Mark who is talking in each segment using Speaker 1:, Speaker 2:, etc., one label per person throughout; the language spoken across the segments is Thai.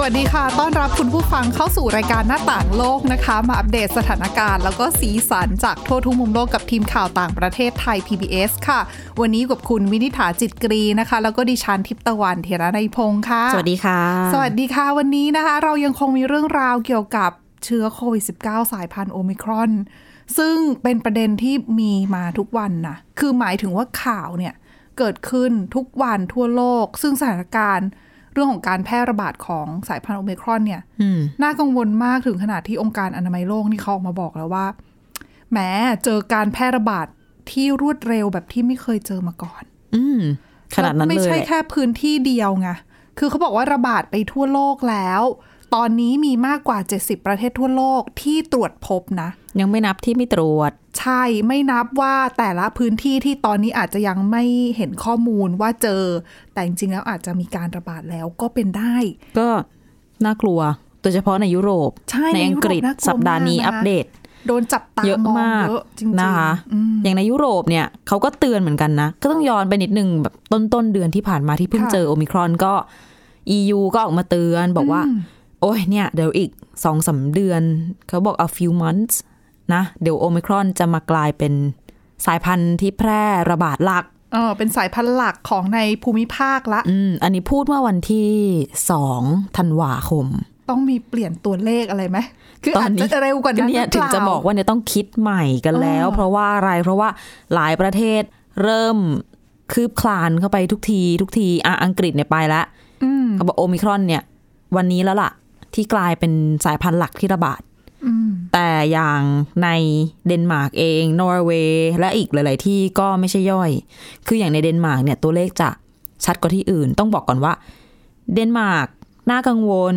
Speaker 1: สวัสดีค่ะ ต้อนรับคุณผู้ฟังเข้าสู่รายการหน้าต่างโลกนะคะ มาอัปเดตสถานการณ์ แล้วก็สีสันจากทั่วทุกมุมโลกกับทีมข่าวต่างประเทศไทย PBS ค่ะ วันนี้อยู่กับคุณวินิษฐาจิตกรีนะคะ แล้วก็ดิฉันทิพย์ตะวันเทระในยพงค์ค่ะ
Speaker 2: สวัสดีค่ะ
Speaker 1: สวัสดีค่ะ วันนี้นะคะ เรายังคงมีเรื่องราวเกี่ยวกับเชื้อโควิด -19 สายพันธุ์โอมิครอน ซึ่งเป็นประเด็นที่มีมาทุกวันนะคือหมายถึงว่าข่าวเนี่ย เกิดขึ้นทุกวันทั่วโลก ซึ่งสถานการณ์เรื่องของการแพร่ระบาดของสายพันธุ์โอมิครอนเนี่ย
Speaker 2: อืม
Speaker 1: น่ากังวลมากถึงขนาดที่องค์การอนามัยโลกนี่เขาออกมาบอกแล้วว่าแหมเจอการแพร่ระบาดที่รวดเร็วแบบที่ไม่เคยเจอมาก่อน
Speaker 2: อืม ขนาดนั้น
Speaker 1: แวไม่
Speaker 2: เลย
Speaker 1: ใช่
Speaker 2: อะ
Speaker 1: แค่พื้นที่เดียวไง คือเขาบอกว่าระบาดไปทั่วโลกแล้ว ตอนนี้มีมากกว่า 70 ประเทศทั่วโลกที่ตรวจพบนะ
Speaker 2: ยังไม่นับที่ไม่ตรวจ
Speaker 1: ใช่ไม่นับว่าแต่ละพื้นที่ที่ตอนนี้อาจจะยังไม่เห็นข้อมูลว่าเจอ แต่จริงๆแล้วอาจจะมีการระบาดแล้วก็เป็นได้
Speaker 2: ก็น่ากลัว โดยเฉพาะในยุโรป
Speaker 1: ใช่ใน
Speaker 2: อังกฤษ
Speaker 1: ยุโรปน่ากลัว
Speaker 2: สัปดาห์นี้
Speaker 1: มากนะคะ
Speaker 2: อัปเดต
Speaker 1: โดนจับตา
Speaker 2: เยอะ
Speaker 1: มอง
Speaker 2: มาก
Speaker 1: เยอะจริงๆ
Speaker 2: นะคะ
Speaker 1: อืม
Speaker 2: อย่างในยุโรปเนี่ยเขาก็เตือนเหมือนกันนะ ก็ต้องย้อนไปนิดนึงแบบต้นต้นๆเดือนที่ผ่านมาที่เพิ่ง
Speaker 1: ค่ะ
Speaker 2: เจอโอมิครอนก็ EU ก็ออกมาเตือนบอกว่า
Speaker 1: อืม
Speaker 2: โอ้ยเนี่ยเดี๋ยวอีกสองสาเดือน เขาบอก a few months นะ เดี๋ยวโอมิครอนจะมากลายเป็นสายพันธุ์ที่แพร่ระบาดหลัก
Speaker 1: เออเป็นสายพันธุ์หลักของในภูมิภาคละ
Speaker 2: อืม อันนี้พูดว่าวันที่สองธันวาคม
Speaker 1: ต้องมีเปลี่ยนตัวเลขอะไรไหมคือ
Speaker 2: ตอ
Speaker 1: อาน จ
Speaker 2: นี้
Speaker 1: จะเร็วกว่านั้น
Speaker 2: เนี่
Speaker 1: ห
Speaker 2: ย
Speaker 1: รื
Speaker 2: ถึ
Speaker 1: เป
Speaker 2: ง
Speaker 1: ล่า
Speaker 2: จะบอกว่าเนี่ยต้องคิดใหม่กันแล้ว
Speaker 1: เออ
Speaker 2: เพราะว่าอะไรเพราะว่าหลายประเทศเริ่มคืบคลานเข้าไปทุกที ทุกทีอ่ะอังกฤษเนี่ยไปละ
Speaker 1: อืม
Speaker 2: เขาบอกโอมิครอนเนี่ย วันนี้แล้วล่ะ ที่กลายเป็นสายพันธุ์หลักที่ระบาด
Speaker 1: อืม
Speaker 2: แต่อย่างในเดนมาร์กเอง นอร์เวย์และอีกหลาย ๆ ที่ก็ไม่ใช่ย่อย คืออย่างในเดนมาร์กเนี่ยตัวเลขจะชัดกว่าที่อื่น ต้องบอกก่อนว่า เดนมาร์กน่ากังวล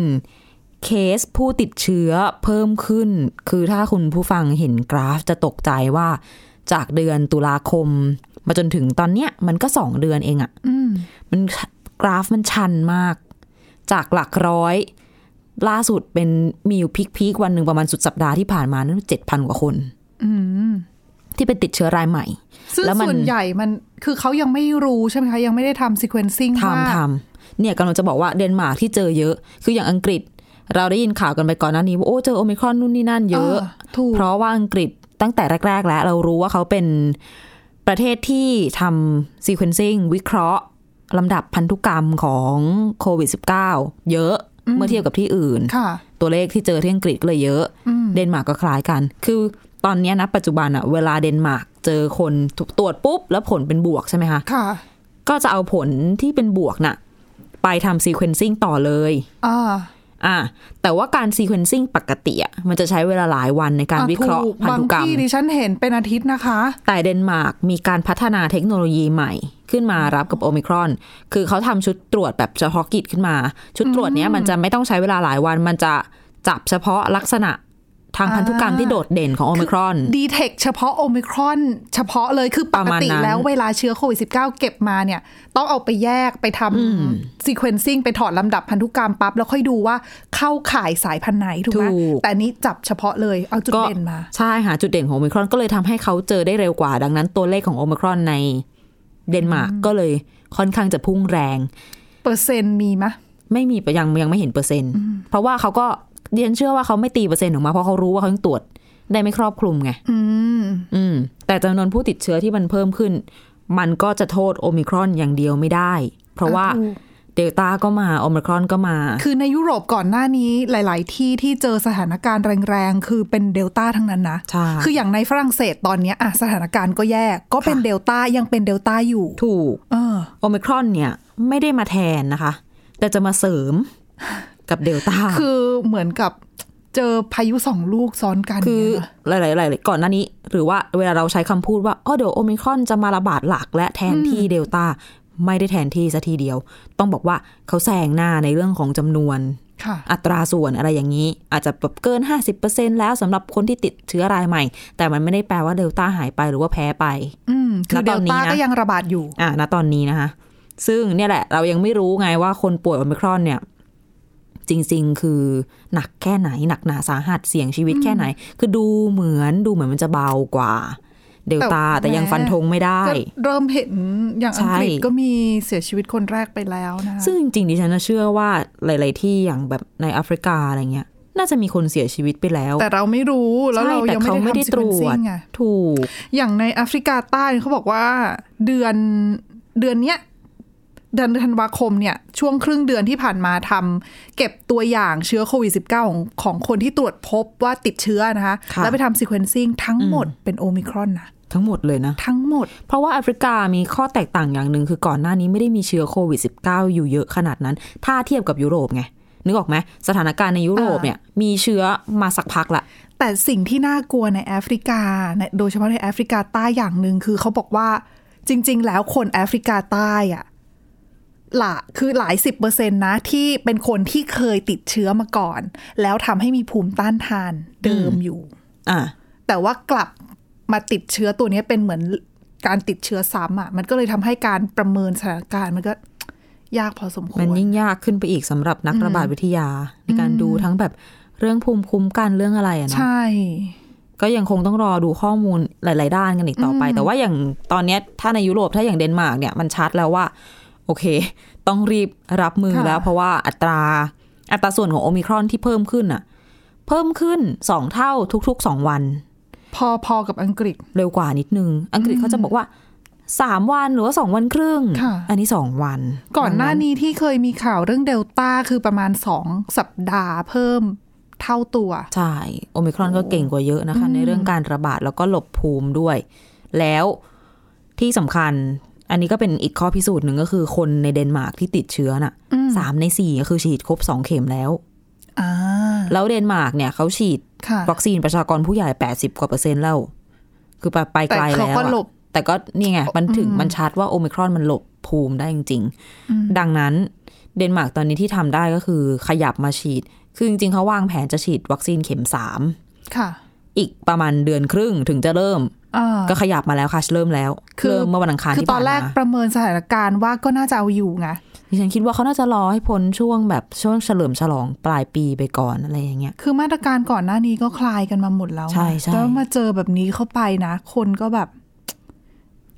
Speaker 2: เคสผู้ติดเชื้อเพิ่มขึ้น คือถ้าคุณผู้ฟังเห็นกราฟจะตกใจว่า จากเดือนตุลาคม มาจนถึงตอนเนี้ยมันก็สองเดือนเองอะ
Speaker 1: อืม
Speaker 2: มันกราฟมันชันมาก จากหลักร้อย ล่าสุดเป็นมีอยู่พีคพีคๆวันหนึ่งประมาณสุดสัปดาห์ที่ผ่านมานั้นเจ็ดพันกว่าคน
Speaker 1: อืม
Speaker 2: ที่เป็นติดเชื้อรายใหม่
Speaker 1: ซึ่ง
Speaker 2: แล้วมัน
Speaker 1: ส่วนใหญ่มันคือเขายังไม่รู้ใช่ไหมคะ ยังไม่ได้ทำซีเควนซิ่งว่า
Speaker 2: ทำทำเนี่ยกำลังจะบอกว่าเดนมาร์กที่เจอเยอะ คืออย่างอังกฤษ เราได้ยินข่าวกันไปก่อนหน้านี้ว่าโอ้เจอโอมิครอนนู่นนี่นั่นเยอะ
Speaker 1: ถูก
Speaker 2: เพราะว่าอังกฤษตั้งแต่แรก ๆ แล้วเรารู้ว่าเขาเป็นประเทศที่ทำซีเควนซิ่งวิเคราะห์ลำดับพันธุกรรมของโควิด -19 เยอะเมื่อเทียบกับที่อื่น
Speaker 1: ค่ะ
Speaker 2: ตัวเลขที่เจอที่อังกฤษก็เลยเยอะ
Speaker 1: อืม
Speaker 2: เดนมาร์กก็คล้ายกัน คือตอนเนี้ยนะปัจจุบันอะเวลาเดนมาร์กเจอคนถูกตรวจปุ๊บ แล้วผลเป็นบวกใช่ไหมคะ
Speaker 1: ค่ะ
Speaker 2: ก็จะเอาผลที่เป็นบวกน่ะ ไปทำซีเควนซิ่งต่อเลย
Speaker 1: อ่า
Speaker 2: อ่ะแต่ว่าการซีเควนซิ่งปกติอะมันจะใช้เวลาหลายวันในการ
Speaker 1: อ่
Speaker 2: วิเคราะห์
Speaker 1: ถู
Speaker 2: พันธุกรร
Speaker 1: บาง
Speaker 2: ม
Speaker 1: ที่ดิฉันเห็นเป็นอาทิตย์นะคะ
Speaker 2: แต่เดนมาร์กมีการพัฒนาเทคโนโลยีใหม่ ขึ้นมารับกับโอมิครอน คือเขาทำชุดตรวจแบบเฉพาะกิจขึ้นมา ชุดตรวจเนี้ยมันจะไม่ต้องใช้เวลาหลายวัน มันจะจับเฉพาะลักษณะทางพันธุกรรม
Speaker 1: อ่า
Speaker 2: ที่โดดเด่นของโอมิครอน
Speaker 1: ดีเทคเฉพาะโอมิครอน เฉพาะเลยคือป
Speaker 2: ประ
Speaker 1: ก
Speaker 2: มาณ
Speaker 1: ติ
Speaker 2: นั้น
Speaker 1: แล้วเวลาเชื้อโควิด -19 เก็บมาเนี่ย ต้องเอาไปแยกไปทำซีเควนซิ่งไปถอดลำดับพันธุกรรมปั๊บ แล้วค่อยดูว่าเข้าข่ายสายพันธุ์ไหนถูกไหมแต่อันนี้จับเฉพาะเลยเอาจุดเด่นมา
Speaker 2: ใช่หาจุดเด่นของโอมิครอนก็เลยทำให้เขาเจอได้เร็วกว่า ดังนั้นตัวเลขของโอมิครอนในเดนมาร์กก็เลยค่อนข้างจะพุ่งแรง
Speaker 1: เปอร์เซ็นต์มีไหมะ
Speaker 2: ไม่มียังยังไม่เห็นเปอร์เซ็นต์ เพราะว่าเขาก็เรียนเชื่อว่าเขาไม่ตีเปอร์เซ็นต์ออกมาเพราะเขารู้ว่าเขายังตรวจได้ไม่ครอบคลุมไง
Speaker 1: อืม
Speaker 2: อืมแต่จำนวนผู้ติดเชื้อที่มันเพิ่มขึ้น มันก็จะโทษโอมิครอนอย่างเดียวไม่ได้ เพราะว่า
Speaker 1: อ่ะถูก
Speaker 2: เดลต้าก็มาโอมิครอนก็มา
Speaker 1: คือในยุโรปก่อนหน้านี้หลาย ๆ ที่ที่เจอสถานการณ์แรง ๆ คือเป็นเดลต้าทั้งนั้นนะ
Speaker 2: ใช่
Speaker 1: คืออย่างในฝรั่งเศสตอนเนี้ยอะสถานการณ์ก็แย่ก็เป็น
Speaker 2: ค่ะ
Speaker 1: เดลต้ายังเป็นเดลต้าอยู่
Speaker 2: ถูก
Speaker 1: เออ
Speaker 2: โอมิครอนเนี่ยไม่ได้มาแทนนะคะ แต่จะมาเสริมกับเดลต้า
Speaker 1: คือเหมือนกับเจอพายุสองลูกซ้อนกัน
Speaker 2: คือ
Speaker 1: เนี่ยนะ
Speaker 2: หลายๆหลายๆก่อนหน้านี้ หรือว่าเวลาเราใช้คำพูดว่าอ๋อเดี๋ยวโอมิครอนจะมาระบาดหลักและแทนที่เดลต้าไม่ได้แทนที่ซะทีเดียว ต้องบอกว่าเขาแซงหน้าในเรื่องของจำนวน
Speaker 1: ค่ะ
Speaker 2: อัตราส่วนอะไรอย่างนี้ อาจจะแบบเกิน 50%แล้วสำหรับคนที่ติดเชื้อรายใหม่ แต่มันไม่ได้แปลว่าเดลต้าหายไปหรือว่าแพ้ไป
Speaker 1: อืม คื
Speaker 2: ณ
Speaker 1: อเด
Speaker 2: ตอ
Speaker 1: ล
Speaker 2: นนี้
Speaker 1: ต้า
Speaker 2: นะ
Speaker 1: ก็ยังระบาดอยู่
Speaker 2: อ่ะณตอนนี้นะคะ ซึ่งเนี่ยแหละ เรายังไม่รู้ไงว่าคนป่วยโอมิครอนเนี่ย จริง ๆ คือหนักแค่ไหน หนักหนาสาหัสเสี่ยงชีวิตแค่ไหน คือดูเหมือนดูเหมือนมันจะเบากว่า เดลต้า
Speaker 1: แต่
Speaker 2: แต่ยัง
Speaker 1: แม้
Speaker 2: ฟันธงไม่ได้
Speaker 1: ก็เริ่มเห็นอย่างอังกฤษ
Speaker 2: ใช่
Speaker 1: ก็มีเสียชีวิตคนแรกไปแล้วนะคะ
Speaker 2: ซึ่งจริงๆดิฉันน่ะเชื่อว่าหลาย ๆ ที่อย่างแบบในแอฟริกาอะไรเงี้ย น่าจะมีคนเสียชีวิตไปแล้ว
Speaker 1: แต่เราไม่รู้แล้วเรา
Speaker 2: ใช่แต่
Speaker 1: ยัง
Speaker 2: เขาไม่
Speaker 1: ไม่
Speaker 2: ได้
Speaker 1: ได้
Speaker 2: ต
Speaker 1: ต
Speaker 2: ร
Speaker 1: ร
Speaker 2: ว
Speaker 1: ว
Speaker 2: จ
Speaker 1: จ
Speaker 2: ถูก
Speaker 1: อย่างในแอฟริกาใต้เขาบอกว่าเดือนเดือนเนี้ยเดือนธันวาคมเนี่ย ช่วงครึ่งเดือนที่ผ่านมาทำเก็บตัวอย่างเชื้อโควิด -19 ของของคนที่ตรวจพบว่าติดเชื้อนะคะ
Speaker 2: ค่ะ
Speaker 1: แล้วไปทำซีเควนซิ่งทั้งหมดเป็นโอมิครอนนะ
Speaker 2: ทั้งหมดเลยนะ
Speaker 1: ทั้งหมด
Speaker 2: เพราะว่าแอฟริกามีข้อแตกต่างอย่างหนึ่งคือก่อนหน้านี้ไม่ได้มีเชื้อโควิด -19 อยู่เยอะขนาดนั้น ถ้าเทียบกับยุโรปไง นึกออกไหมสถานการณ์ในยุโรป
Speaker 1: อ่า
Speaker 2: เนี่ยมีเชื้อมาสักพักละ
Speaker 1: แต่สิ่งที่น่ากลัวในแอฟริกาในโดยเฉพาะในแอฟริกาใต้อย่างหนึ่งคือเขาบอกว่าจริง ๆ แล้วคนแอฟริกาใต้อะหละคือหลายสิบเปอร์เซ็นต์นะที่เป็นคนที่เคยติดเชื้อมาก่อน แล้วทำให้มีภูมิต้านทานเดิมอยู่
Speaker 2: อ่า
Speaker 1: แต่ว่ากลับมาติดเชื้อตัวเนี้ยเป็นเหมือนการติดเชื้อซ้ำอะมันก็เลยทำให้การประเมินสถานการณ์มันก็ยากพอสมคว
Speaker 2: มัน
Speaker 1: ร
Speaker 2: ยิ่งยากขึ้นไปอีกสำหรับนักระบาดวิทยา ในการดูทั้งแบบเรื่องภูมิคุ้มกันเรื่องอะไรอะเนาะ
Speaker 1: ใช่
Speaker 2: ก็ยังคงต้องรอดูข้อมูลหลาย ๆ ด้านกันอีกต่อไป แต่ว่าอย่างตอนเนี้ยถ้าในยุโรปถ้าอย่างเดนมาร์กเนี่ยมันชัดแล้วว่า โอเค ต้องรีบรับมือ
Speaker 1: ค่ะ
Speaker 2: แล้ว เพราะว่าอัตราอัตราส่วนของโอมิครอนที่เพิ่มขึ้นอะเพิ่มขึ้นสองเท่าทุกๆสองวัน
Speaker 1: พอๆกับอังกฤษ
Speaker 2: เร็วกว่านิดนึง อังกฤษเขาจะบอกว่าสามวันหรือว่าสองวันครึ่ง
Speaker 1: ค่ะ
Speaker 2: อันนี้สองวัน
Speaker 1: ก่อนหน้านี้ที่เคยมีข่าวเรื่องเดลต้าคือประมาณสองสัปดาห์เพิ่มเท่าตัว
Speaker 2: ใช่โอมิครอนก็เก่งกว่าเยอะนะคะ ในเรื่องการระบาดแล้วก็หลบภูมิด้วย แล้วที่สำคัญ อันนี้ก็เป็นอีกข้อพิสูจน์หนึ่งก็คือคนในเดนมาร์กที่ติดเชื้อน่ะสามในสี่ก็คือฉีดครบสองเข็มแล้ว
Speaker 1: อ่า
Speaker 2: แล้วเดนมาร์กเนี่ยเขาฉีด
Speaker 1: ค่ะ
Speaker 2: วัคซีนประชากรผู้ใหญ่แปดสิบกว่าเปอร์เซ็นต์แล้ว คือไปไปไกล
Speaker 1: แต่เขา
Speaker 2: แล้ว
Speaker 1: ก็หล
Speaker 2: อะ
Speaker 1: บ
Speaker 2: แต่ก็นี่ไงมันถึงมันชัดว่าโอมิครอนมันหลบภูมิได้จริง ๆ ดังนั้นเดนมาร์กตอนนี้ที่ทำได้ก็คือขยับมาฉีด คือจริงๆเขาวางแผนจะฉีดวัคซีนเข็มสาม
Speaker 1: ค่ะ
Speaker 2: อีกประมาณเดือนครึ่งถึงจะเริ่ม
Speaker 1: อ่า
Speaker 2: ก็ขยับมาแล้วค่ะเริ่มแล้ว
Speaker 1: คือ
Speaker 2: เริ่มเมื่อวันอังคาร
Speaker 1: คือ
Speaker 2: ที่
Speaker 1: ตอ
Speaker 2: ผ่านน
Speaker 1: แร
Speaker 2: มาก
Speaker 1: ประเมินสถานการณ์ว่าก็น่าจะเอาอยู่ไง
Speaker 2: ดิฉันคิดว่าเขาน่าจะรอให้พ้นช่วงแบบช่วงเฉลิมฉลองปลายปีไปก่อนอะไรอย่างเงี้ย
Speaker 1: คือมาตรการก่อนหน้านี้ก็คลายกันมาหมดแล้ว
Speaker 2: ใช่ใช่
Speaker 1: แล้วมาเจอแบบนี้เข้าไปนะ คนก็แบบ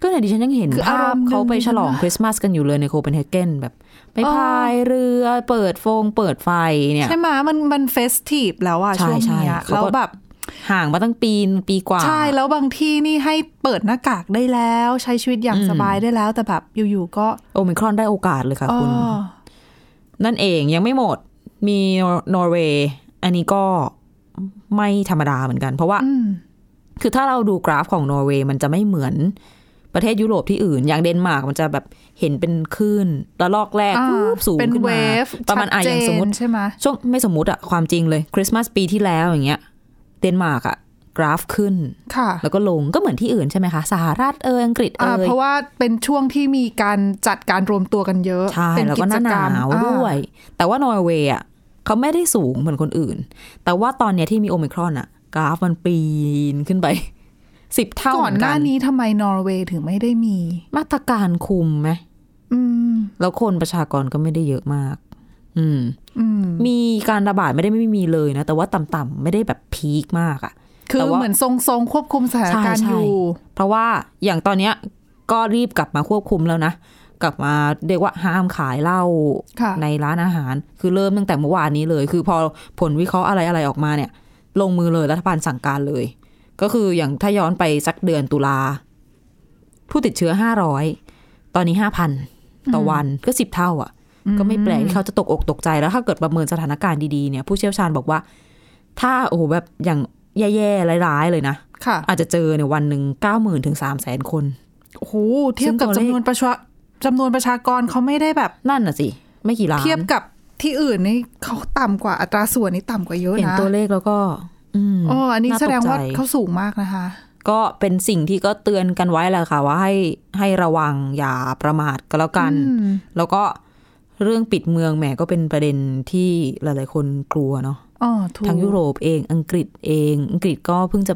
Speaker 2: ก็เนี่ยดิฉันยังเห็น
Speaker 1: คือ
Speaker 2: ภา
Speaker 1: อา
Speaker 2: พ
Speaker 1: รมณ์
Speaker 2: เขาไปฉลอง
Speaker 1: หนึ่งนะ
Speaker 2: คริสต์มาสกันอยู่เลยในโคเปนเฮเกนแบบไป
Speaker 1: เออ
Speaker 2: พายเรือเปิดโฟงเปิดไฟเนี่ย
Speaker 1: ใช่ไหมยมันมันเฟสทีฟแล้วอะ
Speaker 2: ใช่
Speaker 1: ช่วง
Speaker 2: ใช่
Speaker 1: เนี้ย
Speaker 2: เขาก็
Speaker 1: แล้วแบบ
Speaker 2: ห่างมาตั้งปีนปีกว่า
Speaker 1: ใช่แล้วบางที่นี่ให้เปิดหน้ากากได้แล้ว ใช้ชีวิตอย่าง
Speaker 2: อืม
Speaker 1: สบายได้แล้ว แต่แบบอยู่ๆก็
Speaker 2: โอมิครอนได้โอกาสเลยค่ะ
Speaker 1: อ๋อ
Speaker 2: คุณ นั่นเองยังไม่หมดมีนอร์เวย์อันนี้ก็ไม่ธรรมดาเหมือนกัน เพราะว่า
Speaker 1: อืม
Speaker 2: คือถ้าเราดูกราฟของนอร์เวย์มันจะไม่เหมือนประเทศยุโรปที่อื่น อย่างเดนมาร์กมันจะแบบเห็นเป็นคลื่นระลอกแรก
Speaker 1: อ่า
Speaker 2: ปุ๊บสูง
Speaker 1: เป็น
Speaker 2: ขึ้น
Speaker 1: เว
Speaker 2: มา
Speaker 1: ฟ
Speaker 2: ประมาณอะ
Speaker 1: ชัดเจน
Speaker 2: อย่างสมมติ
Speaker 1: ใช่ไหม
Speaker 2: ช่วงไม่สมมติอะความจริงเลยคริสต์มาสปีที่แล้วอย่างเงี้ยเดนมาร์กอะกราฟขึ้น
Speaker 1: ค่ะ
Speaker 2: แล้วก็ลงก็เหมือนที่อื่นใช่ไหมคะ สหรัฐเอยอังกฤษเอ
Speaker 1: อ่าย เพราะว่าเป็นช่วงที่มีการจัดการรวมตัวกันเยอะ
Speaker 2: ใช่
Speaker 1: เป็น
Speaker 2: แล้วก็หน้าหนาว
Speaker 1: อ่า
Speaker 2: ด้วย แต่ว่านอร์เวย์อะเขาไม่ได้สูงเหมือนคนอื่น แต่ว่าตอนเนี้ยที่มีโอมิครอนอะกราฟมันปีนขึ้นไปสิบเท่า
Speaker 1: ก่อนหน้า
Speaker 2: เมืกั
Speaker 1: นี้ทำไมนอร์เวย์ถึงไม่ได้มี
Speaker 2: มาตรการคุมไหม
Speaker 1: อืม
Speaker 2: แล้วคนประชากรก็ไม่ได้เยอะมาก อืม
Speaker 1: อืม
Speaker 2: มีการระบาดไม่ได้ไม่มีเลยนะ แต่ว่าต่ำๆไม่ได้แบบพีคมากอะ
Speaker 1: คื
Speaker 2: แต่
Speaker 1: อ
Speaker 2: ว่า
Speaker 1: เหมือนทรงๆ ควบคุมสถานการณ์
Speaker 2: ใช่ใช่
Speaker 1: อยู่
Speaker 2: เพราะว่าอย่างตอนเนี้ยก็รีบกลับมาควบคุมแล้วนะ กลับมาเรียกว่าห้ามขายเหล้า
Speaker 1: ค่ะ
Speaker 2: ในร้านอาหาร คือเริ่มตั้งแต่เมื่อวานนี้เลย คือพอผลวิเคราะห์อะไรอะไรออกมาเนี่ย ลงมือเลยรัฐบาลสั่งการเลย ก็คืออย่างถ้าย้อนไปสักเดือนตุลา ผู้ติดเชื้อห้าร้อยตอนนี้ห้าพันต่อวันก็สิบเท่าอ่ะ ก็ไม่แปลกที่เขาจะตกอกตกใจแล้วถ้าเกิดประเมินสถานการณ์ดีๆเนี่ยผู้เชี่ยวชาญบอกว่า ถ้าโอ้โหแบบอย่างแย่ๆร้ายๆเลยนะ
Speaker 1: ค่ะ
Speaker 2: อาจจะเจอในยวันหนึ่งเก้าหมื่นถึงสามแสนคน
Speaker 1: โอ้โหเทียบกับ
Speaker 2: ซึ่งตัวเล
Speaker 1: จำ
Speaker 2: ข
Speaker 1: นวนประชาจำนวนประชากรเขาไม่ได้แบบ
Speaker 2: นั่นน่ะสิ ไม่กี่ล้าน
Speaker 1: เทียบกับที่อื่นนี่เขาต่ำกว่าอัตราส่วนนี่ต่ำกว่าเยอะ
Speaker 2: เห็น
Speaker 1: นะ
Speaker 2: ตัวเลขแล้วก็ อืม
Speaker 1: อ๋ออันนี้
Speaker 2: น่
Speaker 1: แสดงว่า
Speaker 2: ตกใจ
Speaker 1: เขาสูงมากนะคะ
Speaker 2: ก็เป็นสิ่งที่ก็เตือนกันไว้แหละค่ะ ว่าให้ให้ระวังอย่าประมาทก็แล้วกัน
Speaker 1: อืม
Speaker 2: แล้วก็เรื่องปิดเมืองแหมก็เป็นประเด็นที่หลายๆคนกลัวเนาะ
Speaker 1: อ๋อถูก
Speaker 2: ทั้งยุโรปเองอังกฤษเอง อังกฤษก็เพิ่งจะ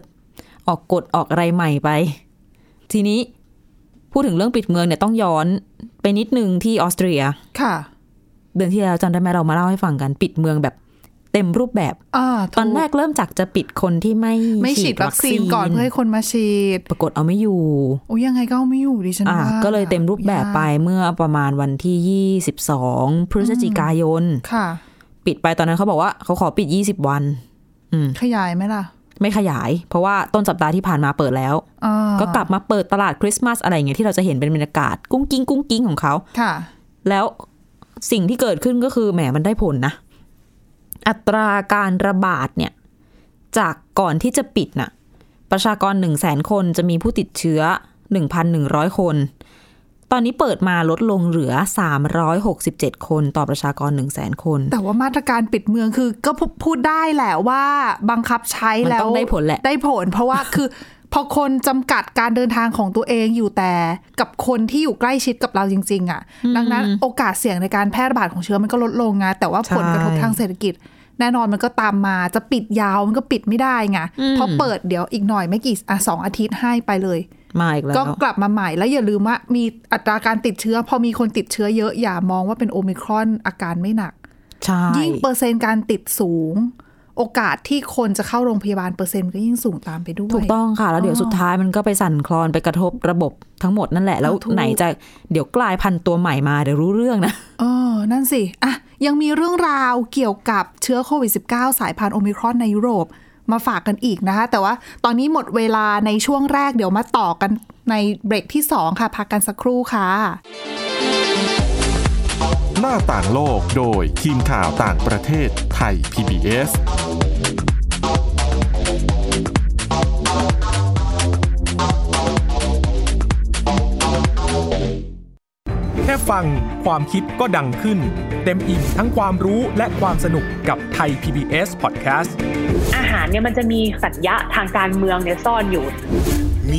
Speaker 2: ออกกฎออกอะไรใหม่ไป ทีนี้พูดถึงเรื่องปิดเมืองเนี่ยต้องย้อนไปนิดนึงที่ออสเตรีย
Speaker 1: ค่ะ
Speaker 2: เดือนที่แล้วจำได้ไหมเรามาเล่าให้ฟังกันปิดเมืองแบบเต็มรูปแบบ
Speaker 1: อ่า
Speaker 2: ตอนแรก
Speaker 1: ถู
Speaker 2: เริ่มจากจะปิดคนที่ไม่
Speaker 1: ไม่ฉีดวัคซีนก่อนเพื่อให้คนมาฉีด
Speaker 2: ปรากฏเอาไม่อยู่
Speaker 1: โอ้ยยังไงก็เอาไม่อยู่ดิฉัน
Speaker 2: อ่ะ
Speaker 1: ว่า
Speaker 2: ก็เลยเต็มรูปแบบไปเมื่อประมาณวันที่ 22 พฤศจิกายน
Speaker 1: ค่ะ
Speaker 2: ปิดไปตอนนั้นเขาบอกว่าเขาขอปิด 20 วัน อืม
Speaker 1: ขยายไหมล่ะ
Speaker 2: ไม่ขยาย เพราะว่าต้นสัปดาห์ที่ผ่านมาเปิดแล้ว
Speaker 1: อ่า
Speaker 2: ก็กลับมาเปิดตลาดคริสต์มาสอะไรอย่างเงี้ยที่เราจะเห็นเป็นบรรยากาศ กุ้งกิ้งกุ้งกิ้งของเขา
Speaker 1: ค่ะ
Speaker 2: แล้วสิ่งที่เกิดขึ้นก็คือแหมมันได้ผลนะ อัตราการระบาดเนี่ย จากก่อนที่จะปิดน่ะ ประชากร 1 0 0 0 0แคนจะมีผู้ติดเชื้อ 1,100 คน ตอนนี้เปิดมาลดลงเหลือ 367 คนต่อประชากร 1 0 0 0 0 0 คน
Speaker 1: แต่ว่ามาตรการปิดเมืองคือก็พูพูดได้แหละว่าบังคับใช้
Speaker 2: มัน
Speaker 1: แล้ว
Speaker 2: ต้องได้ผลแหละ
Speaker 1: ได้ผล เพราะว่าคือ พอคนจำกัดการเดินทางของตัวเองอยู่แต่กับคนที่อยู่ใกล้ชิดกับเราจริง ๆ อ่ะ ดังนั้นโอกาสเสี่ยงในการแพร่ระบาดของเชื้อมันก็ลดลงไงแต่ว่าผลกระทบทางเศรษฐกิจ แน่นอนมันก็ตามมาจะปิดยาวมันก็ปิดไม่ได้ไงเพราะเปิดเดี๋ยวอีกหน่อยไม่กี่อ่ะสองอาทิตย์ให้ไปเลย
Speaker 2: มาอีกแล้ว
Speaker 1: ก็กลับมาใหม่แล้วอย่าลืมว่ามีอัตราการติดเชื้อ พอมีคนติดเชื้อเยอะอย่ามองว่าเป็นโอมิครอนอาการไม่หนัก
Speaker 2: ใช่
Speaker 1: ยิ่งเปอร์เซ็นต์การติดสูง โอกาสที่คนจะเข้าโรงพยาบาลเปอร์เซ็นต์ก็ยิ่งสูงตามไปด้วย
Speaker 2: ถูกต้องค่ะ แล้วเดี๋ยวสุดท้ายมันก็ไปสั่นคลอนไปกระทบระบบทั้งหมดนั่นแหละ แล้ว
Speaker 1: อ่าถูก
Speaker 2: ไหนจะเดี๋ยวกลายพันธุ์ตัวใหม่มาเดี๋ยวรู้เรื่องนะ
Speaker 1: เออ นั่นสิ อ่ะ ยังมีเรื่องราวเกี่ยวกับเชื้อโควิด -19 สายพันธุ์โอมิครอนในยุโรป มาฝากกันอีกนะคะ แต่ว่าตอนนี้หมดเวลาในช่วงแรกเดี๋ยวมาต่อกันในเบรกที่ 2 ค่ะพักกันสักครู่ค่ะ
Speaker 3: หน้าต่างโลกโดยทีมข่าวต่างประเทศไทย PBS
Speaker 4: แค่ฟังความคิดก็ดังขึ้น เต็มอิ่มทั้งความรู้และความสนุกกับไทย PBS Podcast
Speaker 5: อาหารเนี่ยมันจะมีสัญญะทางการเมืองเนี่ยซ่อนอยู่
Speaker 6: ม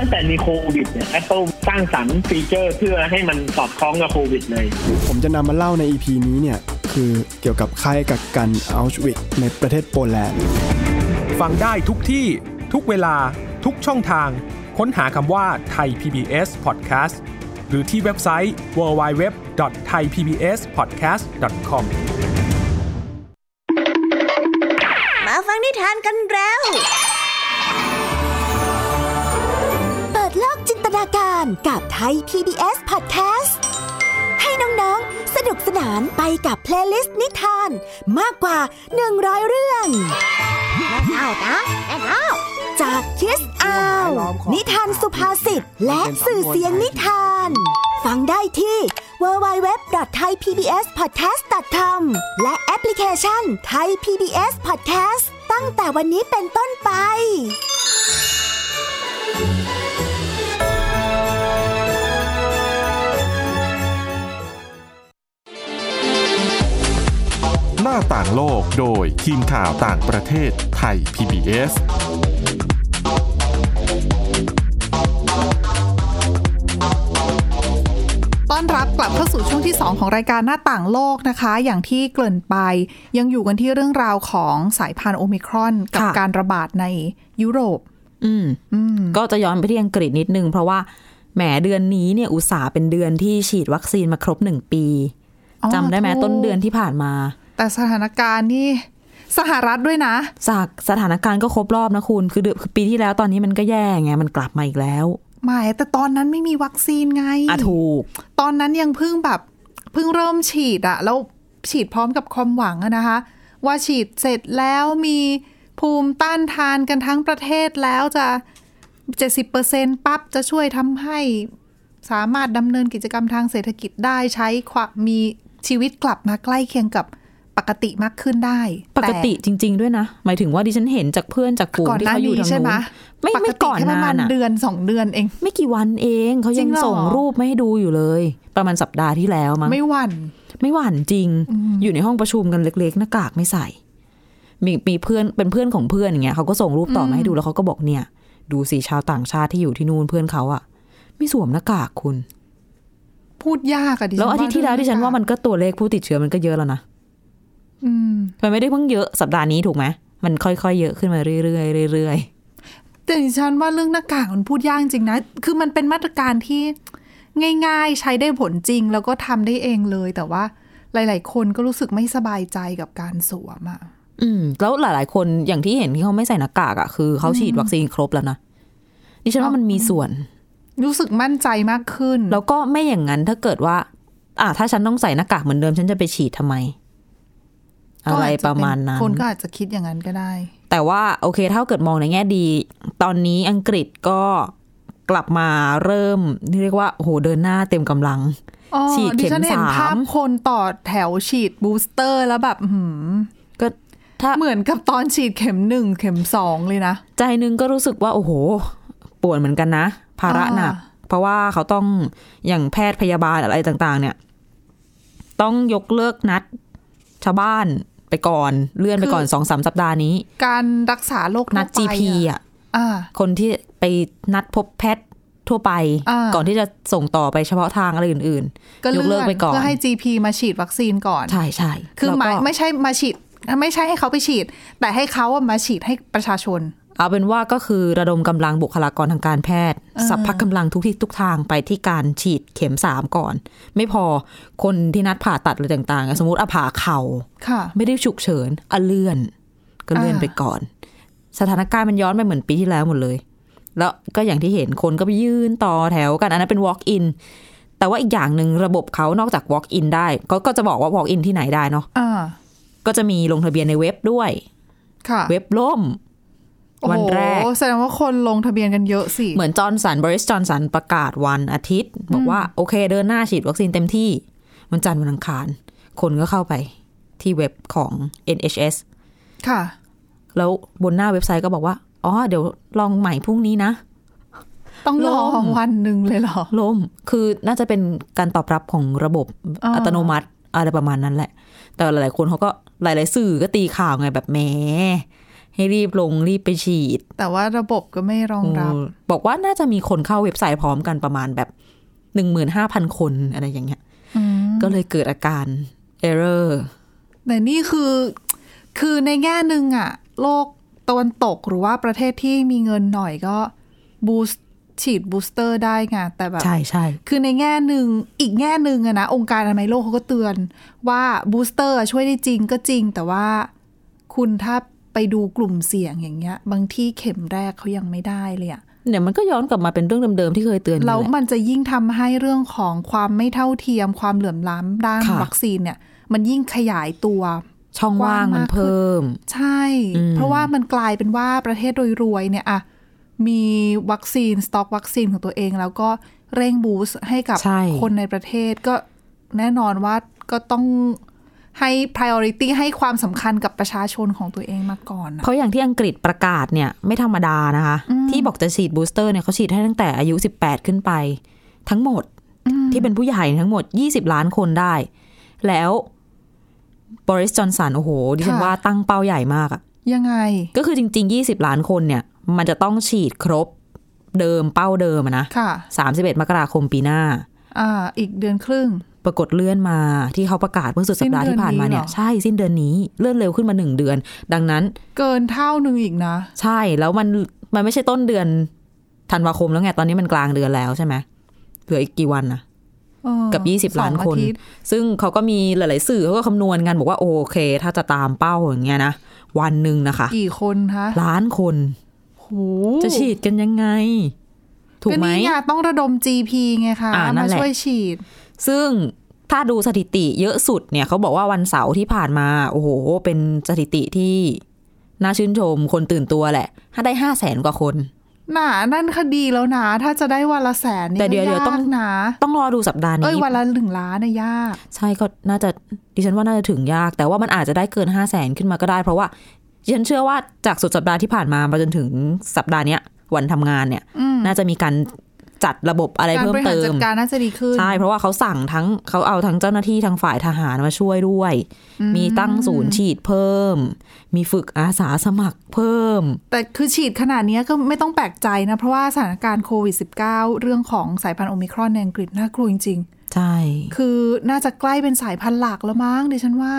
Speaker 7: ตั้งแต่มีโควิดเนี่ย Apple สร้างสรรค์ฟีเจอร์เพื่อให้มันสอดคล้องกับโควิดเลย
Speaker 8: ผมจะนำมาเล่าใน EP นี้เนี่ย คือเกี่ยวกับค่ายกักกันอัลชวิกในประเทศโปแลนด์
Speaker 4: ฟังได้ทุกที่ ทุกเวลา ทุกช่องทาง ค้นหาคำว่าไทย PBS Podcast หรือที่เว็บไซต์ www.thaipbspodcast.com
Speaker 9: มาฟังนิทานกันแล้ว เปิดโลกจินตนาการกับไทย PBS Podcast ให้น้องๆ สนุกสนานไปกับเพลย์ลิสต์นิทานมากกว่า 100 เรื่องเอานะเอาจากคิสอาว นิทานสุภาษิตและสื่อเสียงนิทาน ฟังได้ที่ www.thaipbspodcast.com และแอปพลิเคชัน Thai PBS Podcast ตั้งแต่วันนี้เป็นต้นไป
Speaker 3: หน้าต่างโลกโดยทีมข่าวต่างประเทศไทย PBS
Speaker 1: ต้อนรับกลับเข้าสู่ช่วงที่ 2 ของรายการหน้าต่างโลกนะคะ อย่างที่เกริ่นไป ยังอยู่กันที่เรื่องราวของสายพันธุ์โอมิครอน กับ
Speaker 2: ค่ะ
Speaker 1: การระบาดในยุโรป
Speaker 2: อืม ก็จะย้อนไปที่อังกฤษนิดนึง เพราะว่าแหมเดือนนี้เนี่ยอุตสาห์เป็นเดือนที่ฉีดวัคซีนมาครบหนึ่งปี
Speaker 1: อ๋อ
Speaker 2: จำได้ไหม
Speaker 1: ถูก
Speaker 2: ต้นเดือนที่ผ่านมา
Speaker 1: แต่สถานการณ์นี่สหรัฐด้วยนะ
Speaker 2: สากสถานการณ์ก็ครบรอบนะคุณ คือเดือนคือปีที่แล้วตอนนี้มันก็แย่ไงมันกลับมาอีกแล้ว
Speaker 1: หมายแต่ตอนนั้นไม่มีวัคซีนไง
Speaker 2: อ่ะถูก
Speaker 1: ตอนนั้นยังเพิ่งแบบเพิ่งเริ่มฉีดอะแล้วฉีดพร้อมกับความหวังอะนะคะ ว่าฉีดเสร็จแล้วมีภูมิต้านทานกันทั้งประเทศแล้วจะ 70%ปั๊บจะช่วยทำให้สามารถดำเนินกิจกรรมทางเศรษฐกิจได้ใช้ความมีชีวิตกลับมาใกล้เคียงกับปกติมากขึ้นได้
Speaker 2: ปกติจริง ๆ ด้วยนะ หมายถึงว่าดิฉันเห็นจากเพื่อนจาก
Speaker 1: แต่
Speaker 2: กลุ่ม
Speaker 1: ก่อน
Speaker 2: ที่
Speaker 1: หน้า
Speaker 2: เขาอยู่
Speaker 1: นี้
Speaker 2: ทาง
Speaker 1: ใช่
Speaker 2: นู้
Speaker 1: ไหม
Speaker 2: นไม่
Speaker 1: ปก
Speaker 2: ไม่
Speaker 1: ติ
Speaker 2: ก่อน
Speaker 1: แค่ป
Speaker 2: นาม
Speaker 1: ระานณ
Speaker 2: อะ
Speaker 1: เดือนสองเดือนเอง
Speaker 2: ไม่กี่วันเองเขา
Speaker 1: จริ
Speaker 2: ยัง
Speaker 1: งเหรอ
Speaker 2: ส่งรูปมาให้ดูอยู่เลย ประมาณสัปดาห์ที่แล้วมั้ง
Speaker 1: ไม่หวั่น
Speaker 2: ไม่หวานจริง อยู่ในห้องประชุมกันเล็กๆ หน้ากากไม่ใส่ มีมีเพื่อนเป็นเพื่อนของเพื่อนอย่างเงี้ยเขาก็ส่งรูปต่อ
Speaker 1: อื
Speaker 2: มาม ให้ดูแล้วเขาก็บอกเนี่ย ดูสิชาวต่างชาติที่อยู่ที่นู่นเพื่อนเขาอะไม่สวมหน้ากากคุณ
Speaker 1: พูดยากอะดิฉัน
Speaker 2: แล้วอาทิตย์ที่แล้วที่ฉันว่ามันก็ตัวเลขผู้ติดเชื้อมันก็เยอะแล้วนะ
Speaker 1: อืม
Speaker 2: มันไม่ได้เพิ่งเยอะสัปดาห์นี้ถูกไหมมันค่อยๆเยอะขึ้นมาเรื่อยๆเรื่อยๆ
Speaker 1: แต่ดิฉันว่าเรื่องหน้ากากมันพูดยากจริงนะ คือมันเป็นมาตรการที่ง่ายๆ ใช้ได้ผลจริง แล้วก็ทำได้เองเลย แต่ว่าหลายๆ คนก็รู้สึกไม่สบายใจกับการสวมอะ
Speaker 2: อืมแล้วหลาย ๆ คนอย่างที่เห็นที่เขาไม่ใส่หน้ากากอะ่ะคือเขาฉีดวัคซีนครบแล้วนะดิฉันว่ามันมีส่วน
Speaker 1: รู้สึกมั่นใจมากขึ้น
Speaker 2: แล้วก็ไม่อย่างนั้นถ้าเกิดว่า อ่ะถ้าฉันต้องใส่หน้ากากเหมือนเดิม ฉันจะไปฉีดทำไม อะไรประมาณนั้น
Speaker 1: คนก็อาจจะคิดอย่างนั้นก็ได้
Speaker 2: แต่ว่าโอเคถ้าเกิดมองในแง่ดี ตอนนี้อังกฤษก็กลับมาเริ่มเรียกว่าโอ้โหเดินหน้าเต็มกำลัง
Speaker 1: อ๋อ
Speaker 2: ฉีดเข็ม
Speaker 1: ฉันเห็น
Speaker 2: สาม
Speaker 1: ภาพคนต่อแถวฉีดบูสเตอร์แล้วแบบอื้อหือ
Speaker 2: ก็ถ้า
Speaker 1: เหมือนกับตอนฉีดเข็มหนึ่งเข็มสองเลยนะ
Speaker 2: ใจหนึงก็รู้สึกว่า โอ้โหปวดเหมือนกันนะ ภาระหนัก
Speaker 1: อ่
Speaker 2: เพราะว่าเขาต้องอย่างแพทย์พยาบาลอะไรต่าง ๆ เนี่ย ต้องยกเลิกนัด ชาวบ้านไปก่อนเลื่อนไปก่อนสองสามสัปดาห์นี้
Speaker 1: การรักษาโรคทั่ว
Speaker 2: นัด
Speaker 1: ไป
Speaker 2: GP
Speaker 1: อะ
Speaker 2: อ่ะ
Speaker 1: อ่า
Speaker 2: คนที่ไปนัดพบแพทย์ทั่วไป
Speaker 1: อ่า
Speaker 2: ก่อนที่จะส่งต่อไปเฉพาะทางอะไรอื่น
Speaker 1: ก็
Speaker 2: ๆ ยกเลิกไปก่อน
Speaker 1: เพื่อให้ GP มาฉีดวัคซีนก่อน
Speaker 2: ใช่ใช่
Speaker 1: คือหมาย
Speaker 2: แล้วก็
Speaker 1: ไม่ใช่มาฉีด ไม่ใช่ให้เขาไปฉีด แต่ให้เขาอะมาฉีดให้ประชาชน
Speaker 2: เอาเป็นว่าก็คือระดมกำลังบุคลากรทางการแพทย์
Speaker 1: อ่า
Speaker 2: สัพพะกำลังทุกที่ทุกทางไปที่การฉีดเข็มสามก่อน ไม่พอคนที่นัดผ่าตัดอะไรต่างๆอะสมมติอาผ่าเข่า
Speaker 1: ค่ะ
Speaker 2: ไม่ได้ฉุกเฉินอะเลื่อน ก็เลื่อน
Speaker 1: อ่า
Speaker 2: ไปก่อน สถานการณ์มันย้อนไปเหมือนปีที่แล้วหมดเลย แล้วก็อย่างที่เห็นคนก็ไปยืนต่อแถวกันอันนั้นเป็น walk in แต่ว่าอีกอย่างหนึ่งระบบเขานอกจาก walk in ได้เขาก็จะบอกว่า walk in ที่ไหนได้เนาะ
Speaker 1: อ่า
Speaker 2: ก็จะมีลงทะเบียนในเว็บด้วย
Speaker 1: ค่ะ
Speaker 2: เว็บล่ม วันแรก
Speaker 1: โอ้โหแสดงว่าคนลงทะเบียนกันเยอะสิ
Speaker 2: เหมือนจอร์นสันบริสจอร์นสันประกาศวันอาทิตย์ บอกว่าโอเคเดินหน้าฉีดวัคซีนเต็มที่วันจันทร์วันอังคาร คนก็เข้าไปที่เว็บของ NHS
Speaker 1: ค่ะ
Speaker 2: แล้วบนหน้าเว็บไซต์ก็บอกว่า อ๋อ เดี๋ยวลองใหม่พรุ่งนี้นะ
Speaker 1: ต้องรอ
Speaker 2: ล่ม
Speaker 1: วันหนึ่งเลยเหรอ
Speaker 2: ล่ม คือน่าจะเป็นการตอบรับของระบบ
Speaker 1: อ่า
Speaker 2: อัตโนมัติอะไรประมาณนั้นแหละ แต่หลาย ๆ คนเขาก็หลาย ๆ สื่อก็ตีข่าวไงแบบแหมให้รีบลงรีบไปฉีด
Speaker 1: แต่ว่าระบบก็ไม่รองรับ
Speaker 2: เออบอกว่าน่าจะมีคนเข้าเว็บไซต์พร้อมกันประมาณแบบหนึ่งหมื่นห้าพันคนอะไรอย่างเงี้ย
Speaker 1: อืม
Speaker 2: ก็เลยเกิดอาการ error
Speaker 1: แต่นี่คือ คือในแง่หนึ่งอะโลกตะวันตกหรือว่าประเทศที่มีเงินหน่อยก็บูสฉีดบูสเตอร์ได้ไงแต่แบบ
Speaker 2: ใช่ใช่
Speaker 1: คือในแง่หนึ่งอีกแง่หนึ่งอะนะ องค์การอนามัยโลกเขาก็เตือนว่าบูสเตอร์ช่วยได้จริงก็จริง แต่ว่าคุณถ้าไปดูกลุ่มเสี่ยงอย่างเงี้ย บางที่เข็มแรกเขายังไม่ได้เลยอะ
Speaker 2: เนี่ยมันก็ย้อนกลับมาเป็นเรื่องเดิมๆที่เคยเตือนกัน
Speaker 1: แล้ว
Speaker 2: แหละ
Speaker 1: มันจะยิ่งทำให้เรื่องของความไม่เท่าเทียมความเหลื่อมล้ำด้าน
Speaker 2: ค่ะ
Speaker 1: วัคซีนเนี่ย มันยิ่งขยายตัว
Speaker 2: ช่องว่างมันเพิ่ม
Speaker 1: ใช่
Speaker 2: อืม
Speaker 1: เพราะว่ามันกลายเป็นว่าประเทศโดยรวยเนี่ยอะมีวัคซีน สต็อกวัคซีนของตัวเอง แล้วก็เร่งบูสต์ให้กับ
Speaker 2: ใช่
Speaker 1: คนในประเทศก็แน่นอนว่าก็ต้องให้ priority ให้ความสำคัญกับประชาชนของตัวเองมาก่อนอะ
Speaker 2: เพราะอย่างที่อังกฤษประกาศเนี่ยไม่ธรรมดานะคะ ที่บอกจะฉีดบูสเตอร์เนี่ยเขาฉีดให้ตั้งแต่อายุ 18 ขึ้นไป ทั้งหมดที่เป็นผู้ใหญ่ทั้งหมด 20 ล้านคนได้ แล้วบริสจอนสันโอ้โหดิฉัน
Speaker 1: ค่ะ
Speaker 2: ว่าตั้งเป้าใหญ่มากอะ
Speaker 1: ยังไง
Speaker 2: ก็คือจริง ๆ 20 ล้านคนเนี่ย มันจะต้องฉีดครบเดิมเป้าเดิมอะนะ
Speaker 1: ค่ะ
Speaker 2: 31 มกราคมปีหน้า
Speaker 1: อ่าอีกเดือนครึ่ง
Speaker 2: ปรากฏเลื่อนมาที่เขาประกาศเมื่อสุดสัปดาห์ที่ผ่านมาเนี่ย
Speaker 1: สิ้นเดือนนี้เหรอ
Speaker 2: ใช่สิ้นเดือนนี้เลื่อนเร็วขึ้นมา 1 เดือน ดังนั้น
Speaker 1: เกินเท่าหนึ่งอีกนะ
Speaker 2: ใช่แล้วมันมันไม่ใช่ต้นเดือนธันวาคมแล้วไง ตอนนี้มันกลางเดือนแล้วใช่ไหมเหลืออีกกี่วันนะ
Speaker 1: เออ
Speaker 2: กับ 20 ล้าน
Speaker 1: สองอ
Speaker 2: คน
Speaker 1: ทิตย์
Speaker 2: ซึ่งเขาก็มีหลาย ๆ สื่อเขาก็คำนวณกันบอกว่าโอเค ถ้าจะตามเป้าอย่างเงี้ยนะวันหนึ่งนะคะ
Speaker 1: กี่คนคะ
Speaker 2: ล้านคน
Speaker 1: โห
Speaker 2: จะฉีดกันยังไง ถูกไหม
Speaker 1: ก็นี่ไงต้องระดม GP ไงคะ
Speaker 2: อ่านั่
Speaker 1: มาน
Speaker 2: แหละ
Speaker 1: ช่วยฉีด
Speaker 2: ซึ่งถ้าดูสถิติเยอะสุดเนี่ยเขาบอกว่าวันเสาร์ที่ผ่านมา โอ้โห เป็นสถิติที่น่าชื่นชมคนตื่นตัวแหละ ถ้าได้ห้าแสนกว่าคน
Speaker 1: น่ะนั่นคดีแล้วนะ ถ้าจะได้วันละแสนนี่
Speaker 2: แต่เดี๋ยว
Speaker 1: ก็
Speaker 2: เดี๋ยวต้อง
Speaker 1: ากนะ
Speaker 2: ต้องรอดูสัปดาห์
Speaker 1: เอ้
Speaker 2: นี้
Speaker 1: ยวันละหนึ่งล้านนะยาก
Speaker 2: ใช่ก็น่าจะดิฉันว่าน่าจะถึงยาก แต่ว่ามันอาจจะได้เกินห้าแสนขึ้นมาก็ได้ เพราะว่าดิฉันเชื่อว่าจากสุดสัปดาห์ที่ผ่านมามาจนถึงสัปดาห์เนี้ยวันทำงานเนี่ย น่าจะมีการ จัดระบบอะไร
Speaker 1: การ
Speaker 2: เพิ่
Speaker 1: บ
Speaker 2: ม
Speaker 1: ริหาร
Speaker 2: เติ
Speaker 1: จั
Speaker 2: ม
Speaker 1: ดการน่าจะดีขึ้น
Speaker 2: ใช่ เพราะว่าเขาสั่งทั้งเขาเอาทั้งเจ้าหน้าที่ทางฝ่ายทหารมาช่วยด้วย
Speaker 1: อืม
Speaker 2: มีตั้งศูนย์ฉีดเพิ่ม มีฝึกอาสาสมัครเพิ่ม
Speaker 1: แต่คือฉีดขนาดเนี้ยก็ไม่ต้องแปลกใจนะ เพราะว่าสถานการณ์โควิด -19 เรื่องของสายพันธุ์โอมิครอนในอังกฤษน่ากลัวจริง
Speaker 2: ใช่
Speaker 1: ๆ คือน่าจะใกล้เป็นสายพันธุ์หลักแล้วมั้งดิฉันว่า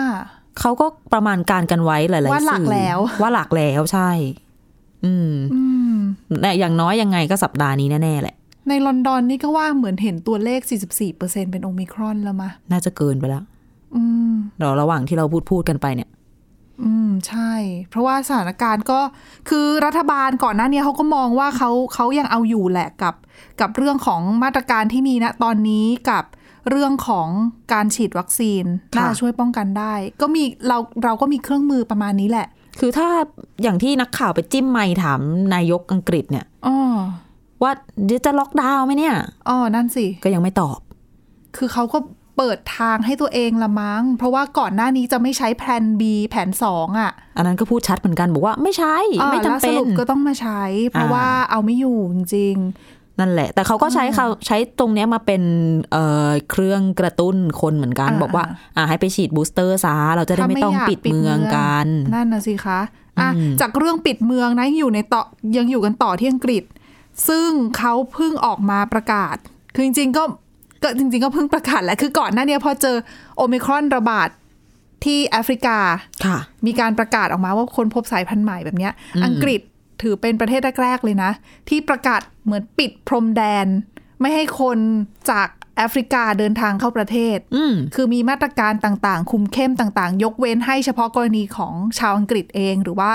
Speaker 2: เขาก็ประมาณการกันไว้หลายๆสื่อ
Speaker 1: ว่าหลักแล้ว
Speaker 2: ว่าหลักแล้วใช่ อืม
Speaker 1: อืม
Speaker 2: แต่อย่างน้อยยังไงก็สัปดาห์นี้แน่ๆแหละ
Speaker 1: ในลอนดอนนี่ก็ว่าเหมือนเห็นตัวเลข 44%เป็นโอมิครอนแล้วมะ
Speaker 2: น่าจะเกินไปแล้ว
Speaker 1: อืม
Speaker 2: เดี๋ยวระหว่างที่เราพูดพูดกันไปเนี่ย
Speaker 1: อืม ใช่ เพราะว่าสถานการณ์ก็คือรัฐบาลก่อนหน้าเนี้ยเขาก็มองว่าเขาเขายังเอาอยู่แหละกับ กับเรื่องของมาตรการที่มีนะตอนนี้กับเรื่องของการฉีดวัคซีน
Speaker 2: ค่ะ
Speaker 1: น่าจะช่วยป้องกันได้ ก็มีเราเราก็มีเครื่องมือประมาณนี้แหละ
Speaker 2: คือถ้าอย่างที่นักข่าวไปจิ้มไมค์ถามนายกอังกฤษเนี่ย
Speaker 1: อ๋อ
Speaker 2: ว่าเดี๋ยวจะล็อกดาวน์ไหมเนี่ย
Speaker 1: อ๋อนั่นสิ
Speaker 2: ก็ยังไม่ตอบ
Speaker 1: คือเขาก็เปิดทางให้ตัวเองละมั้ง เพราะว่าก่อนหน้านี้จะไม่ใช้แผน B แผน 2 อ่ะ
Speaker 2: อันนั้นก็พูดชัดเหมือนกันบอกว่าไม่ใช่
Speaker 1: อ่า
Speaker 2: ไม่จำเป็
Speaker 1: แล้วส
Speaker 2: น
Speaker 1: รุปก็ต้องมาใช้ เพราะ
Speaker 2: อ่า
Speaker 1: ว่าเอาไม่อยู่จริง
Speaker 2: นั่นแหละ แต่เขาก็ใช้เขาใช้ตรงเนี้ยมาเป็นเอ่อเครื่องกระตุ้นคนเหมือนกัน
Speaker 1: อ่า
Speaker 2: บอกว่าอ่าให้ไปฉีดบูสเตอร์ซะเราจะได้ไม่ต้อง
Speaker 1: ถ้ายา
Speaker 2: ปิดเมืองกัน
Speaker 1: นั่นนะสิคะอ่ะ
Speaker 2: อืม
Speaker 1: จากเรื่องปิดเมืองนะยังอยู่ในต่อยังอยู่กันต่อที่อังกฤษ ซึ่งเขาเพิ่งออกมาประกาศ คือจริงๆก็ก็จริง ๆ ก็เพิ่งประกาศแหละคือก่อนหน้าเนี้ยพอเจอโอมิครอนระบาดที่แอฟริกา
Speaker 2: ค่ะ
Speaker 1: มีการประกาศออกมาว่าคนพบสายพันธุ์ใหม่แบบเนี้ย อังกฤษถือเป็นประเทศแรกๆเลยนะ ที่ประกาศเหมือนปิดพรมแดน ไม่ให้คนจากแอฟริกาเดินทางเข้าประเทศ
Speaker 2: อืม
Speaker 1: คือมีมาตรการต่างๆ คุมเข้มต่างๆ ยกเว้นให้เฉพาะกรณีของชาวอังกฤษเอง หรือว่า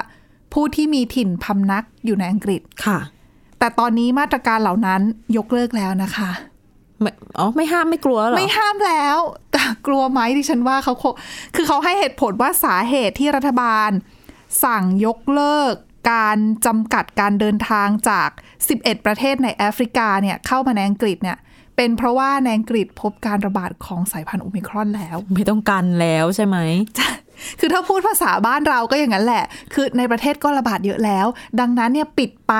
Speaker 1: ผู้ที่มีถิ่นพำนักอยู่ในอังกฤษ
Speaker 2: ค่ะ
Speaker 1: แต่ตอนนี้มาตรการเหล่านั้นยกเลิกแล้วนะคะ
Speaker 2: ไม่อ๋อไม่ห้ามไม่กลัวเหรอ
Speaker 1: ไม่ห้ามแล้วแต่กลัวไหมดิฉันว่าเขาคงคือเขาให้เหตุผลว่าสาเหตุที่รัฐบาล สั่งยกเลิก การจำกัดการเดินทางจาก 11 ประเทศในแอฟริกาเนี่ยเข้ามาในอังกฤษเนี่ย เป็นเพราะว่าในอังกฤษพบการระบาดของสายพันธุ์โอมิครอนแล้ว
Speaker 2: ไม่ต้องกันแล้วใช่ไหม
Speaker 1: คือถ้าพูดภาษาบ้านเราก็อย่างนั้นแหละ คือในประเทศก็ระบาดเยอะแล้ว ดังนั้นเนี่ยปิดไป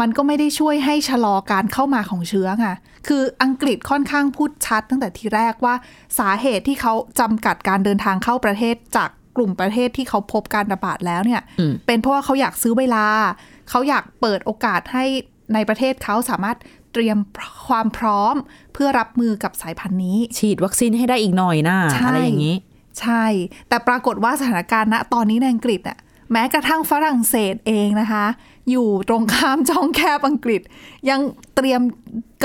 Speaker 1: มันก็ไม่ได้ช่วยให้ชะลอการเข้ามาของเชื้อไงคืออังกฤษค่อนข้างพูดชัดตั้งแต่ทีแรกว่าสาเหตุที่เขาจำกัดการเดินทางเข้าประเทศจากกลุ่มประเทศที่เขาพบการระบาดแล้วเนี่ย
Speaker 2: อืม
Speaker 1: เป็นเพราะว่าเขาอยากซื้อเวลา เขาอยากเปิดโอกาสให้ในประเทศเขาสามารถเตรียมความพร้อมเพื่อรับมือกับสายพันธุ์นี้
Speaker 2: ฉีดวัคซีนให้ได้อีกหน่อยนะ
Speaker 1: ใช่
Speaker 2: อะไรอย่างนี้
Speaker 1: ใช่ แต่ปรากฏว่าสถานการณ์ณตอนนี้ในอังกฤษน่ะแม้กระทั่งฝรั่งเศสเองนะคะ อยู่ตรงข้ามช่องแคบอังกฤษ ยังเตรียม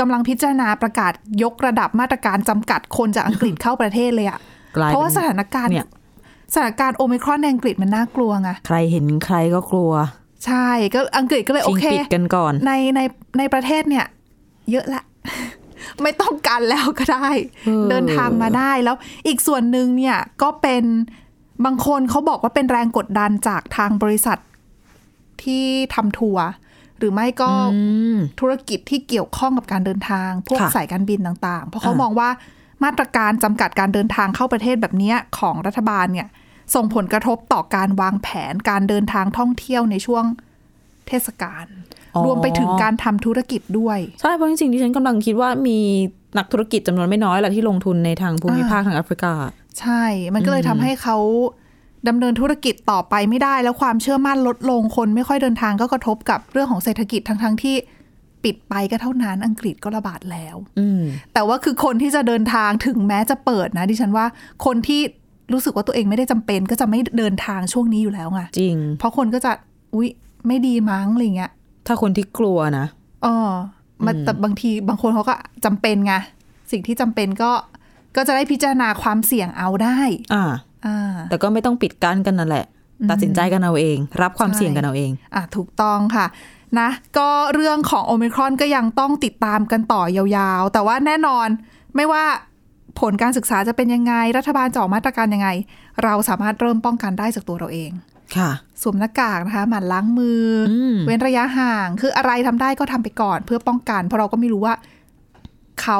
Speaker 1: กำลังพิจารณาประกาศยกระดับมาตรการจำกัดคนจากอังกฤษเข้าประเทศเลยอะ
Speaker 2: กลาย
Speaker 1: เพ
Speaker 2: เป็น
Speaker 1: ราะว่าสถานการณ์
Speaker 2: เนี่ย
Speaker 1: สถานการณ์โอมิครอนในอังกฤษมันน่ากลัวไง
Speaker 2: ใครเห็นใครก็กลัว
Speaker 1: ใช่ก็อังกฤษก็เลยโอ
Speaker 2: ชิง
Speaker 1: เค
Speaker 2: ปิดกันก่อน
Speaker 1: ในในในประเทศเนี่ย เยอะละ ไม่ต้องการแล้วก็ได้
Speaker 2: เออ
Speaker 1: เดินทางมาได้แล้ว อีกส่วนหนึ่งเนี่ยก็เป็นบางคนเขาบอกว่าเป็นแรงกดดันจากทางบริษัทที่ทำทัวร์หรือไม่ก็
Speaker 2: อืม
Speaker 1: ธุรกิจที่เกี่ยวข้องกับการเดินทาง พวก
Speaker 2: ค่ะ
Speaker 1: สายการบินต่างๆ เพราะเขา
Speaker 2: อ่าม
Speaker 1: มองว่ามาตรการจำกัดการเดินทางเข้าประเทศแบบเนี้ยของรัฐบาลเนี่ย ส่งผลกระทบต่อการวางแผนการเดินทางท่องเที่ยวในช่วงเทศกาล
Speaker 2: อ๋อ
Speaker 1: รวมไปถึงการทำธุรกิจด้วย
Speaker 2: ใช่เพราะจริงๆที่ฉันกำลังคิดว่ามีนักธุรกิจจำนวนไม่น้อยแหละที่ลงทุนในทางภูมิภาคทางแอฟริกา
Speaker 1: ใช่ มันก็เลยทำให้เขาดำเนินธุรกิจต่อไปไม่ได้ แล้วความเชื่อมั่นลดลงคนไม่ค่อยเดินทางก็กระทบกับเรื่องของเศรษฐกิจทั้งๆที่ปิดไปก็เท่านั้นอังกฤษก็ระบาดแล้ว
Speaker 2: อืม
Speaker 1: แต่ว่าคือคนที่จะเดินทางถึงแม้จะเปิดนะ ดิฉันว่าคนที่รู้สึกว่าตัวเองไม่ได้จำเป็น ก็จะไม่เดินทางช่วงนี้อยู่แล้วไง
Speaker 2: จริง
Speaker 1: เพราะคนก็จะอุ๊ยไม่ดีมั้งอะไรเงี้ย
Speaker 2: ถ้าคนที่กลัวนะ
Speaker 1: เออมันแต่บางทีบางคนเขาก็จำเป็นไงสิ่งที่จำเป็นก็ ก็จะได้พิจารณาความเสี่ยงเอาได้
Speaker 2: อ่า
Speaker 1: อ่า
Speaker 2: แต่ก็ไม่ต้องปิดกั้นกันนั่นแหละ
Speaker 1: อืม
Speaker 2: ตัดสินใจกันเอาเอง รับความ
Speaker 1: ใช่
Speaker 2: เสี่ยงกันเอาเอง
Speaker 1: อ่ะถูกต้องค่ะนะก็เรื่องของโอมิครอนก็ยังต้องติดตามกันต่อยาวๆ แต่ว่าแน่นอนไม่ว่าผลการศึกษาจะเป็นยังไง รัฐบาลจะออกมาตรการยังไง เราสามารถเริ่มป้องกันได้จากตัวเราเอง
Speaker 2: ค่ะ
Speaker 1: สวมหน้ากากนะคะหมั่นล้างมืออ
Speaker 2: ม
Speaker 1: เว้นระยะห่าง คืออะไรทำได้ก็ทำไปก่อน เพื่อป้องกัน เพราะเราก็ไม่รู้ว่า เขา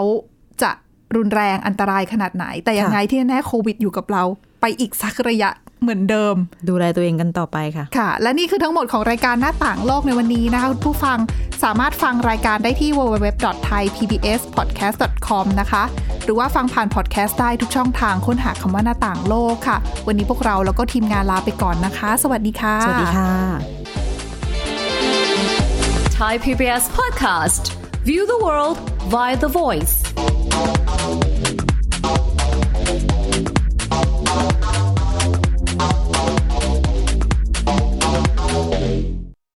Speaker 1: จะรุนแรงอันตรายขนาดไหน แต่ยังไงที่แน่ๆโควิดอยู่กับเรา ไปอีกสักระยะ เหมือนเดิม
Speaker 2: ดูแลตัวเองกันต่อไปค่ะ
Speaker 1: ค่ะ และนี่คือทั้งหมดของรายการหน้าต่างโลกในวันนี้นะคะคุณผู้ฟังสามารถฟังรายการได้ที่ www.thaipbspodcast.com นะคะ หรือว่าฟังผ่านพอดแคสต์ได้ทุกช่องทางค้นหาคำว่าหน้าต่างโลกค่ะ วันนี้พวกเราแล้วก็ทีมงานลาไปก่อนนะคะ สวัสดีค่ะ
Speaker 2: สวัสดีค่ะ
Speaker 10: Thai PBS podcast. View the world via the voice.